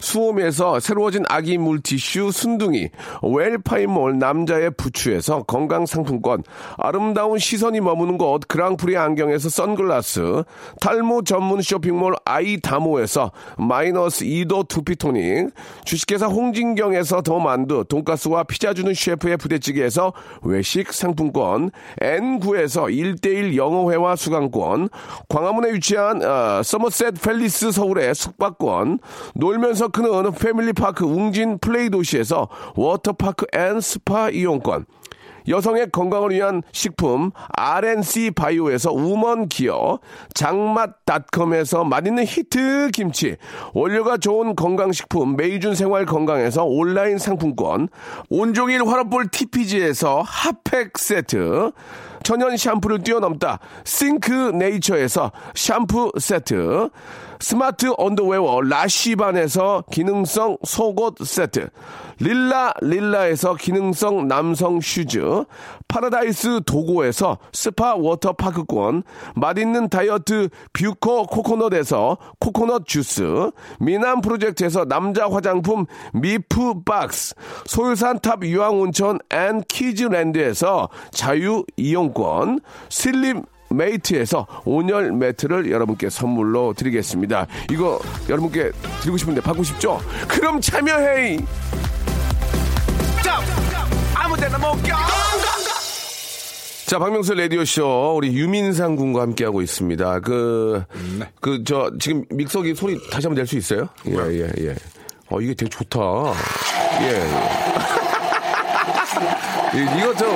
S1: 수홈에서 새로워진 아기 물티슈 순둥이, 웰파이몰 남자의 부추에서 건강상품권, 아름다운 시선이 머무는 곳 그랑프리 안경에서 선글라스, 탈모 전문 쇼핑몰 아이다모에서 마이너스 2도 두피토닉, 주식회사 홍진경에서 더 만두, 돈가스와 피자 주는 셰프의 부대찌개에서 외식 상품권, N9에서 1대1 영어회화 수강권, 광화문에 위치한 어, 서머셋 팰리스 서울의 숙박권, 놀면서 크는 패밀리파크 웅진 플레이 도시에서 워터파크 앤 스파 이용권, 여성의 건강을 위한 식품 RNC 바이오에서 우먼 기어, 장맛닷컴에서 맛있는 히트 김치, 원료가 좋은 건강식품 메이준 생활 건강에서 온라인 상품권, 온종일 화롯볼 TPG에서 핫팩 세트, 천연 샴푸를 뛰어넘다 싱크 네이처에서 샴푸 세트 스마트 언더웨어 라쉬반에서 기능성 속옷 세트 릴라 릴라에서 기능성 남성 슈즈 파라다이스 도고에서 스파 워터파크권 맛있는 다이어트 뷰코 코코넛에서 코코넛 주스 미남 프로젝트에서 남자 화장품 미프 박스 소유산탑 유황온천 앤 키즈랜드에서 자유 이용권 슬림 메이트에서 온열 매트를 여러분께 선물로 드리겠습니다. 이거 여러분께 드리고 싶은데 받고 싶죠? 그럼 참여해! 자, 박명수 라디오쇼, 우리 유민상 군과 함께하고 있습니다. 그, 그, 저, 지금 믹서기 소리 다시 한번 낼 수 있어요? 예, 예, 예. 어, 이게 되게 좋다. 예. 이- 이거 저,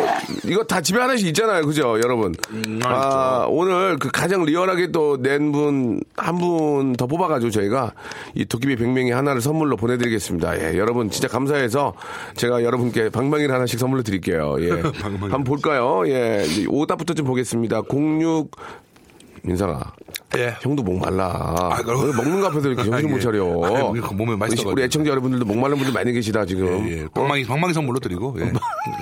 S1: 이거 다 집에 하나씩 있잖아요. 그죠, 여러분? 아, 오늘 그 가장 리얼하게 또 낸 분, 한 분 더 뽑아가지고 저희가 이 도깨비 백명이 하나를 선물로 보내드리겠습니다. 예, 여러분 진짜 감사해서 제가 여러분께 방망이를 하나씩 선물로 드릴게요. 예. 한번 볼까요? 예. 이제 오답부터 좀 보겠습니다. 06, 민상아.
S6: 예.
S1: 형도 목 말라.
S6: 아, 그럼-
S1: 왜 먹는 거 앞에서 이렇게 정신 못
S6: 예.
S1: 차려.
S6: 아, 우리 그 몸에 맛있어가지고.
S1: 우리 애청자 여러분들도 목 마른 분들 많이 계시다, 지금.
S6: 예, 방망이, 방망이 선물로 드리고, 예.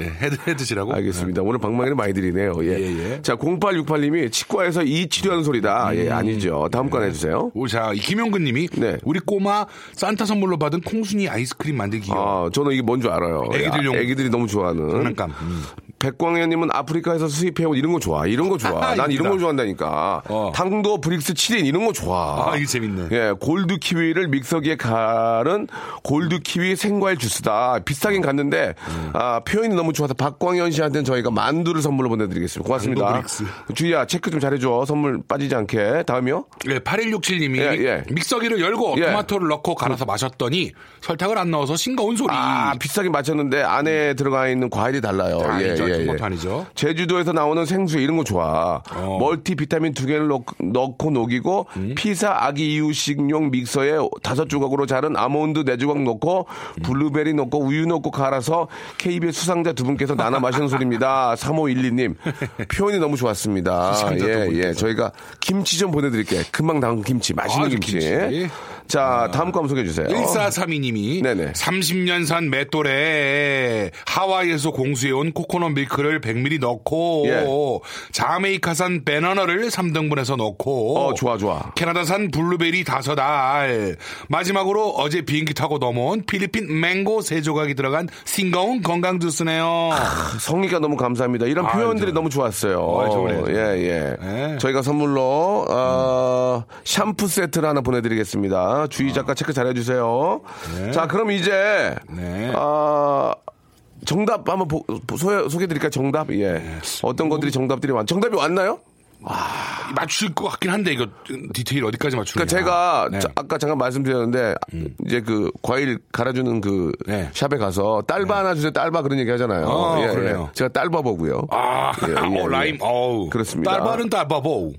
S6: 예, 헤드, 헤드시라고.
S1: 알겠습니다. 오늘 방망이를 많이 드리네요. 예.
S6: 예, 예.
S1: 자, 0868님이 치과에서 이 치료하는 소리다. 예, 아니죠. 다음 거 해주세요.
S6: 오, 자, 김용근 님이
S1: 네.
S6: 우리 꼬마 산타 선물로 받은 콩순이 아이스크림 만들기요.
S1: 아, 저는 이게 뭔 줄 알아요.
S6: 애기들용.
S1: 아, 애기들이 너무 좋아하는.
S6: 장난감. 음.
S1: 백광현님은 아프리카에서 수입해온 이런 거 좋아. 이런 거 좋아. 난 이런
S6: 이쁘다.
S1: 거 좋아한다니까.
S6: 어.
S1: 당도 브릭스 7인 이런 거 좋아.
S6: 아, 이거 재밌네.
S1: 예, 골드 키위를 믹서기에 갈은 골드 키위 생과일 주스다. 비싸긴 갔는데
S6: 음.
S1: 아, 표현이 너무 좋아서 박광현 씨한테는 저희가 만두를 선물로 보내드리겠습니다. 고맙습니다.
S6: 당도 브릭스.
S1: 주희야 체크 좀 잘해줘. 선물 빠지지 않게. 다음이요.
S6: 예, 8167님이
S1: 예, 예.
S6: 믹서기를 열고
S1: 예.
S6: 토마토를 넣고 갈아서 마셨더니 설탕을 안 넣어서 싱거운 소리.
S1: 아, 비싸게 맞췄는데 안에 들어가 있는 과일이 달라요.
S6: 네.
S1: 예,
S6: 아니죠. 그것도 아니죠.
S1: 제주도에서 나오는 생수 이런 거 좋아.
S6: 어. 음.
S1: 멀티 비타민 두 개를 넣, 넣고 녹이고 피사 아기 이유식용 믹서에 다섯 조각으로 자른 아몬드 네 조각 넣고
S6: 음.
S1: 블루베리 넣고 우유 넣고 갈아서 KBS 수상자 두 분께서 나눠 마시는 소리입니다. 3512님. 표현이 너무 좋았습니다.
S6: 수상자 두
S1: 예, 예.
S6: 분께서.
S1: 저희가 김치 좀 보내드릴게요. 금방 나온 김치. 맛있는
S6: 아주
S1: 김치.
S6: 김치. 아.
S1: 자, 다음 거 한번 소개해 주세요.
S6: 1432님이
S1: 네네.
S6: 30년 산 맷돌에 하와이에서 공수해온 코코넛 밀크를 100ml 넣고
S1: 예.
S6: 자메이카산 배너너를 3등분해서 넣고
S1: 어, 좋아, 좋아.
S6: 캐나다산 블루베리 다섯 알 마지막으로 어제 비행기 타고 넘어온 필리핀 맹고 세 조각이 들어간 싱거운 건강 주스네요.
S1: 아, 성의가 너무 감사합니다. 이런
S6: 아유,
S1: 표현들이
S6: 저는-
S1: 너무 좋았어요.
S6: 아유, 저번에
S1: 예, 예.
S6: 예.
S1: 저희가 선물로 어, 샴푸 세트를 하나 보내드리겠습니다. 주희 작가 체크 잘해주세요. 자, 그럼 이제
S6: 네.
S1: 아, 정답 한번 보- 보- 소, 소개해드릴까요? 정답? 예.
S6: 네.
S1: 어떤 것들이 정답들이 많? 정답이 왔나요?
S6: 맞출 것 같긴 한데 이거 디테일 어디까지 맞추냐?
S1: 그러니까 제가
S6: 네. 음.
S1: 자- 아까 잠깐 말씀드렸는데 이제 그 과일 갈아주는 그
S6: 네.
S1: 샵에 가서 딸바 하나 주세요. 딸바 그런 얘기 하잖아요. 예,
S6: 어, 그러네요.
S1: 제가 딸바보고요.
S6: 아,
S1: 예, 예,
S6: 어,
S1: 예.
S6: 라임, 어우.
S1: 그렇습니다.
S6: 딸바른 딸바보.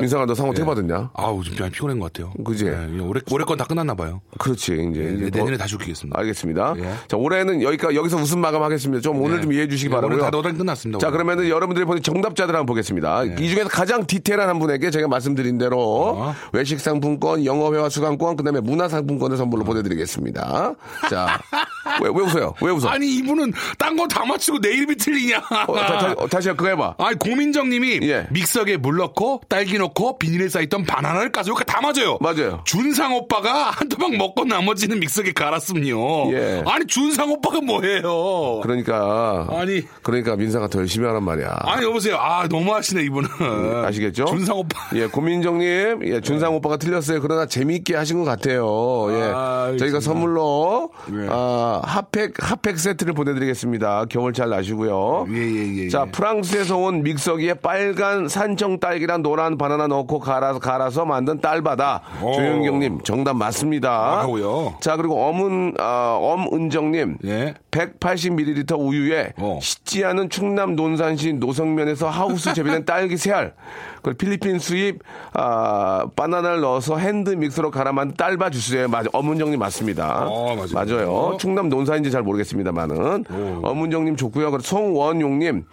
S1: 민상아 너
S6: 예.
S1: 상호 태받았냐?
S6: 아우, 좀 많이 피곤한 것 같아요.
S1: 그지?
S6: 예, 올해, 올해 건 다 끝났나 봐요.
S1: 그렇지 이제
S6: 네,
S1: 이제 뭐- 아,
S6: 내년에
S1: 더-
S6: 다시 웃기겠습니다.
S1: 알겠습니다.
S6: 예.
S1: 자 올해는 여기까 여기서 웃음 마감하겠습니다. 좀 오늘
S6: 네.
S1: 좀 이해해 주시기
S6: 네, 오늘
S1: 바라고요.
S6: 다 노래는 끝났습니다,
S1: 자
S6: 오늘. 예.
S1: 그러면은 여러분들이 보낸 정답자들 한번 보겠습니다. 이 중에서 가장 디테일한 한 분에게 제가 말씀드린 대로
S6: 어.
S1: 외식 상품권, 영어 회화 수강권, 그다음에 문화 상품권을
S6: 어.
S1: 선물로 보내드리겠습니다. 자왜 왜 웃어요? 왜 웃어?
S6: 아니, 이분은 딴 거 다 맞추고 내 이름이 틀리냐.
S1: 뭐- 어, 다,
S6: 아.
S1: 다, 어, 다시 그거 해봐.
S6: 아니, 고민정님이
S1: 예.
S6: 믹서기에 물 넣고 딸기 넣고 비닐에 쌓였던 바나나를 까서 이렇게 다 맞아요.
S1: 맞아요.
S6: 준상 오빠가 한 토막 먹고 나머지는 믹서기에 갈았음요.
S1: 예.
S6: 아니, 준상 오빠가 뭐예요?
S1: 그러니까
S6: 어. 아니.
S1: 그러니까 민사가 더 열심히 하란 말이야.
S6: 아니, 여보세요. 아, 너무하시네, 이분은.
S1: 음, 아시겠죠?
S6: 준상 오빠.
S1: 예, 고민정님, 예, 준상 오빠가 틀렸어요. 그러나 재미있게 하신 것 같아요. 예,
S6: 아,
S1: 저희가
S6: 알겠습니다.
S1: 선물로
S6: 예.
S1: 아, 핫팩 핫팩 세트를 보내드리겠습니다. 겨울 잘 나시고요.
S6: 예, 예, 예,
S1: 자,
S6: 예.
S1: 프랑스에서 온 믹서기에 빨간 산청 딸기랑 노란 바나나 넣고 갈아서, 갈아서 만든 딸바다.
S6: 오.
S1: 조영경님, 정답 맞습니다.
S6: 하고요.
S1: 자, 그리고 엄은 아, 엄은정님,
S6: 예.
S1: 180ml 우유에
S6: 어.
S1: 식지 않은 충남 논산시 노성면에서 하우스 재배된 딸기 세알 그리고 필리핀 수입 아, 바나나를 넣어서 핸드 믹서로 갈아 만든 딸바 주스예요. 맞아. 어문정님 맞습니다.
S6: 어, 맞아요.
S1: 맞아요. 충남 논산인지 잘 모르겠습니다만은 어문정님 좋고요. 그리고 송원용님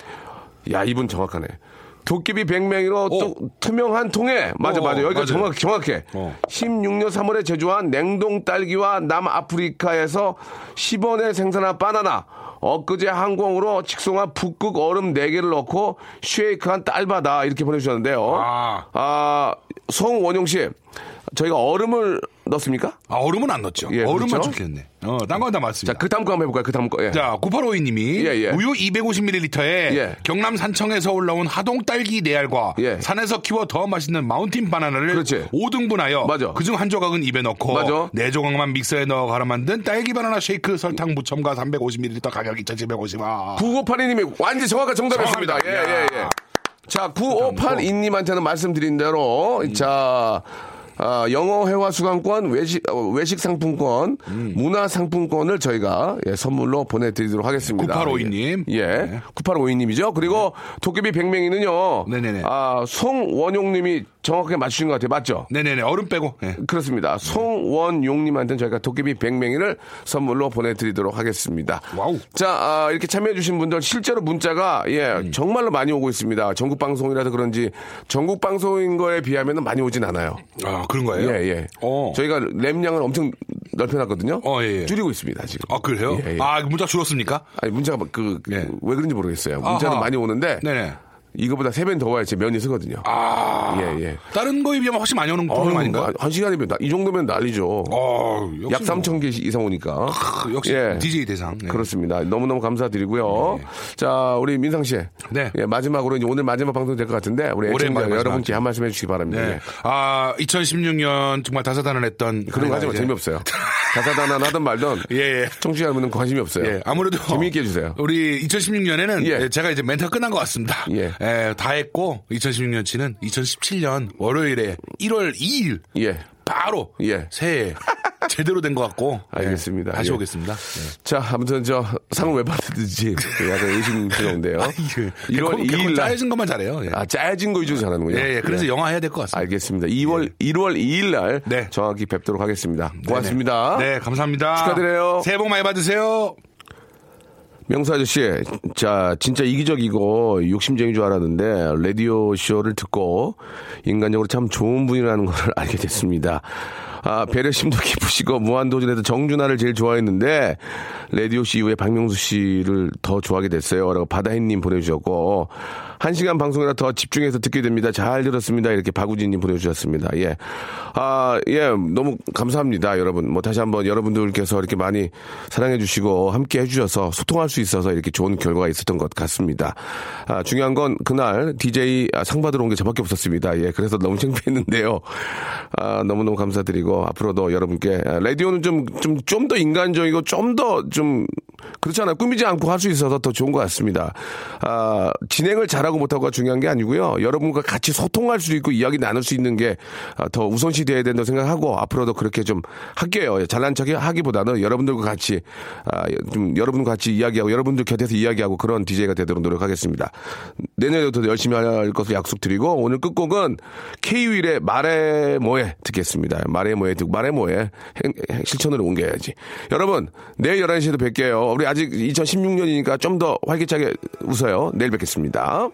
S1: 야 이분 정확하네. 도깨비 백맹이로
S6: 어.
S1: 또 투명한 통에 맞아
S6: 어,
S1: 맞아 여기가
S6: 맞아요.
S1: 정확 정확해
S6: 어.
S1: 16년 3월에 제조한 냉동 딸기와 남아프리카에서 10원에 생산한 바나나 엊그제 항공으로 직송한 북극 얼음 4개를 넣고 쉐이크한 딸바다 이렇게 보내주셨는데요
S6: 아.
S1: 아, 송원용씨 저희가 얼음을 넣습니까?
S6: 아, 얼음은 안 넣었죠.
S1: 예,
S6: 얼음만
S1: 그렇죠?
S6: 좋겠네. 어, 딴 건 다 맞습니다.
S1: 자 그 다음 거 한번 해볼까요? 그 다음 거 예.
S6: 자, 9852님이
S1: 예, 예.
S6: 우유 250ml에
S1: 예.
S6: 경남 산청에서 올라온 하동 딸기 네알과
S1: 예.
S6: 산에서 키워 더 맛있는 마운틴 바나나를
S1: 그렇지.
S6: 5등분하여
S1: 맞아.
S6: 그중 한 조각은 입에 넣고
S1: 맞아.
S6: 네 조각만 믹서에 넣어 갈아 만든 딸기 바나나 쉐이크 설탕 무첨가 350ml 가격 2,750원.
S1: 9582님이 완전 정확한 정답이었습니다. 예,
S6: 정확합니다.
S1: 예, 예. 자, 9582님한테는 말씀드린 대로,
S6: 음.
S1: 자, 아, 영어 회화 수강권, 외식, 어, 외식 상품권,
S6: 음.
S1: 문화 상품권을 저희가 예, 선물로 보내드리도록 하겠습니다.
S6: 9852 님.
S1: 예.
S6: 네.
S1: 9852님이죠. 그리고 도깨비 백맹이는요.
S6: 네네네.
S1: 아, 송원용님이 정확하게 맞추신 것 같아요. 맞죠?
S6: 네네네, 얼음 빼고. 예.
S1: 그렇습니다. 송원용님한테는 저희가 도깨비 100명이를 선물로 보내드리도록 하겠습니다.
S6: 와우.
S1: 자, 아, 이렇게 참여해주신 분들 실제로 문자가 예
S6: 음.
S1: 정말로 많이 오고 있습니다. 전국 방송이라서 그런지 전국 방송인 거에 비하면 많이 오진 않아요.
S6: 아, 그런
S1: 예,
S6: 거예요?
S1: 예.
S6: 어.
S1: 저희가 램량을 엄청 넓혀놨거든요.
S6: 어, 예, 예.
S1: 줄이고 있습니다 지금.
S6: 아, 그래요?
S1: 예, 예.
S6: 아, 문자 줄었습니까?
S1: 아니 문자가 그왜
S6: 예.
S1: 그런지 모르겠어요. 문자는
S6: 아하.
S1: 많이 오는데
S6: 네네.
S1: 이거보다 세 배는 더 와야 제 면이 서거든요.
S6: 아.
S1: 예, 예.
S6: 다른 거에 비하면 훨씬 많이 오는 프로그램 아닌가요?
S1: 한 시간이면 나- 이 정도면 난리죠.
S6: 어, 역시
S1: 약
S6: 뭐.
S1: 3천 개 이상 오니까.
S6: 크, 역시
S1: 예.
S6: DJ 대상. 네.
S1: 그렇습니다. 너무너무 감사드리고요. 자, 우리 민상 씨.
S6: 네.
S1: 예, 마지막으로 이제 오늘 마지막 방송 될 것 같은데 우리
S6: 올해
S1: 애청자
S6: 마지막.
S1: 여러분께 한 말씀 해주시기 바랍니다.
S6: 네.
S1: 예.
S6: 아, 2016년 정말 다사다난했던 아,
S1: 그런 거 하지 마
S6: 이제.
S1: 재미없어요. 가사다난 하든 말든
S6: 예, 예.
S1: 청취자분은 관심이 없어요.
S6: 예, 아무래도 어.
S1: 재미있게 해주세요.
S6: 우리 2016년에는
S1: 예.
S6: 제가 이제 멘탈 끝난 것 같습니다.
S1: 예.
S6: 예, 다 했고 2016년치는 2017년 월요일에 1월 2일
S1: 예.
S6: 바로
S1: 예.
S6: 새해 제대로 된 것 같고
S1: 알겠습니다.
S6: 예, 다시
S1: 예.
S6: 오겠습니다. 예.
S1: 자, 아무튼 저 상을 왜 받았는지 약간 의심스러운데요.
S6: 아, 이게
S1: 1월 2일 날.
S6: 짜여진 것만 잘해요. 예.
S1: 아, 짜여진 거 위주로 잘하는군요.
S6: 예, 예, 그래서 영화 해야 될 것 같습니다. 예.
S1: 알겠습니다. 2월, 1월 2일 날
S6: 네.
S1: 정확히 뵙도록 하겠습니다.
S6: 네네.
S1: 고맙습니다.
S6: 네, 감사합니다.
S1: 축하드려요.
S6: 새해 복 많이 받으세요.
S1: 명수 아저씨, 자, 진짜 이기적이고 욕심쟁인 줄 알았는데, 라디오 쇼를 듣고, 인간적으로 참 좋은 분이라는 걸 알게 됐습니다. 아, 배려심도 깊으시고, 무한도전에서 정준하를 제일 좋아했는데, 라디오 씨 이후에 박명수 씨를 더 좋아하게 됐어요. 라고 바다햇님 보내주셨고, 한 시간 방송이라 더 집중해서 듣게 됩니다. 잘 들었습니다. 이렇게 박우진님 보내주셨습니다. 예. 아, 예. 너무 감사합니다. 여러분. 뭐 다시 한번 여러분들께서 이렇게 많이 사랑해주시고 함께 해주셔서 소통할 수 있어서 이렇게 좋은 결과가 있었던 것 같습니다. 아, 중요한 건 그날 DJ 아, 상 받으러 온 게 저밖에 없었습니다. 예. 그래서 너무 창피했는데요. 아, 너무너무 감사드리고 앞으로도 여러분께 아, 라디오는 좀, 좀, 좀 더 인간적이고 좀 더 좀 그렇잖아요. 꾸미지 않고 할 수 있어서 더 좋은 것 같습니다. 아, 진행을 잘하고 못하고가 중요한 게 아니고요. 여러분과 같이 소통할 수 있고 이야기 나눌 수 있는 게 예, 아, 더 우선시 돼야 된다고 생각하고 앞으로도 그렇게 좀 할게요. 예, 잘난 척 하기보다는 여러분들과 같이 아, 좀 여러분과 같이 이야기하고 여러분들 곁에서 이야기하고 그런 DJ가 되도록 노력하겠습니다. 내년에도 더 열심히 할 것을 약속드리고 오늘 끝곡은 K-윌의 말해 뭐해 듣겠습니다. 말해 뭐해 듣고 말해 뭐해 행- 행- 실천으로 옮겨야지. 여러분 내일 11시에도 뵐게요. 우리 아직 2016년이니까 좀 더 활기차게 웃어요. 내일 뵙겠습니다.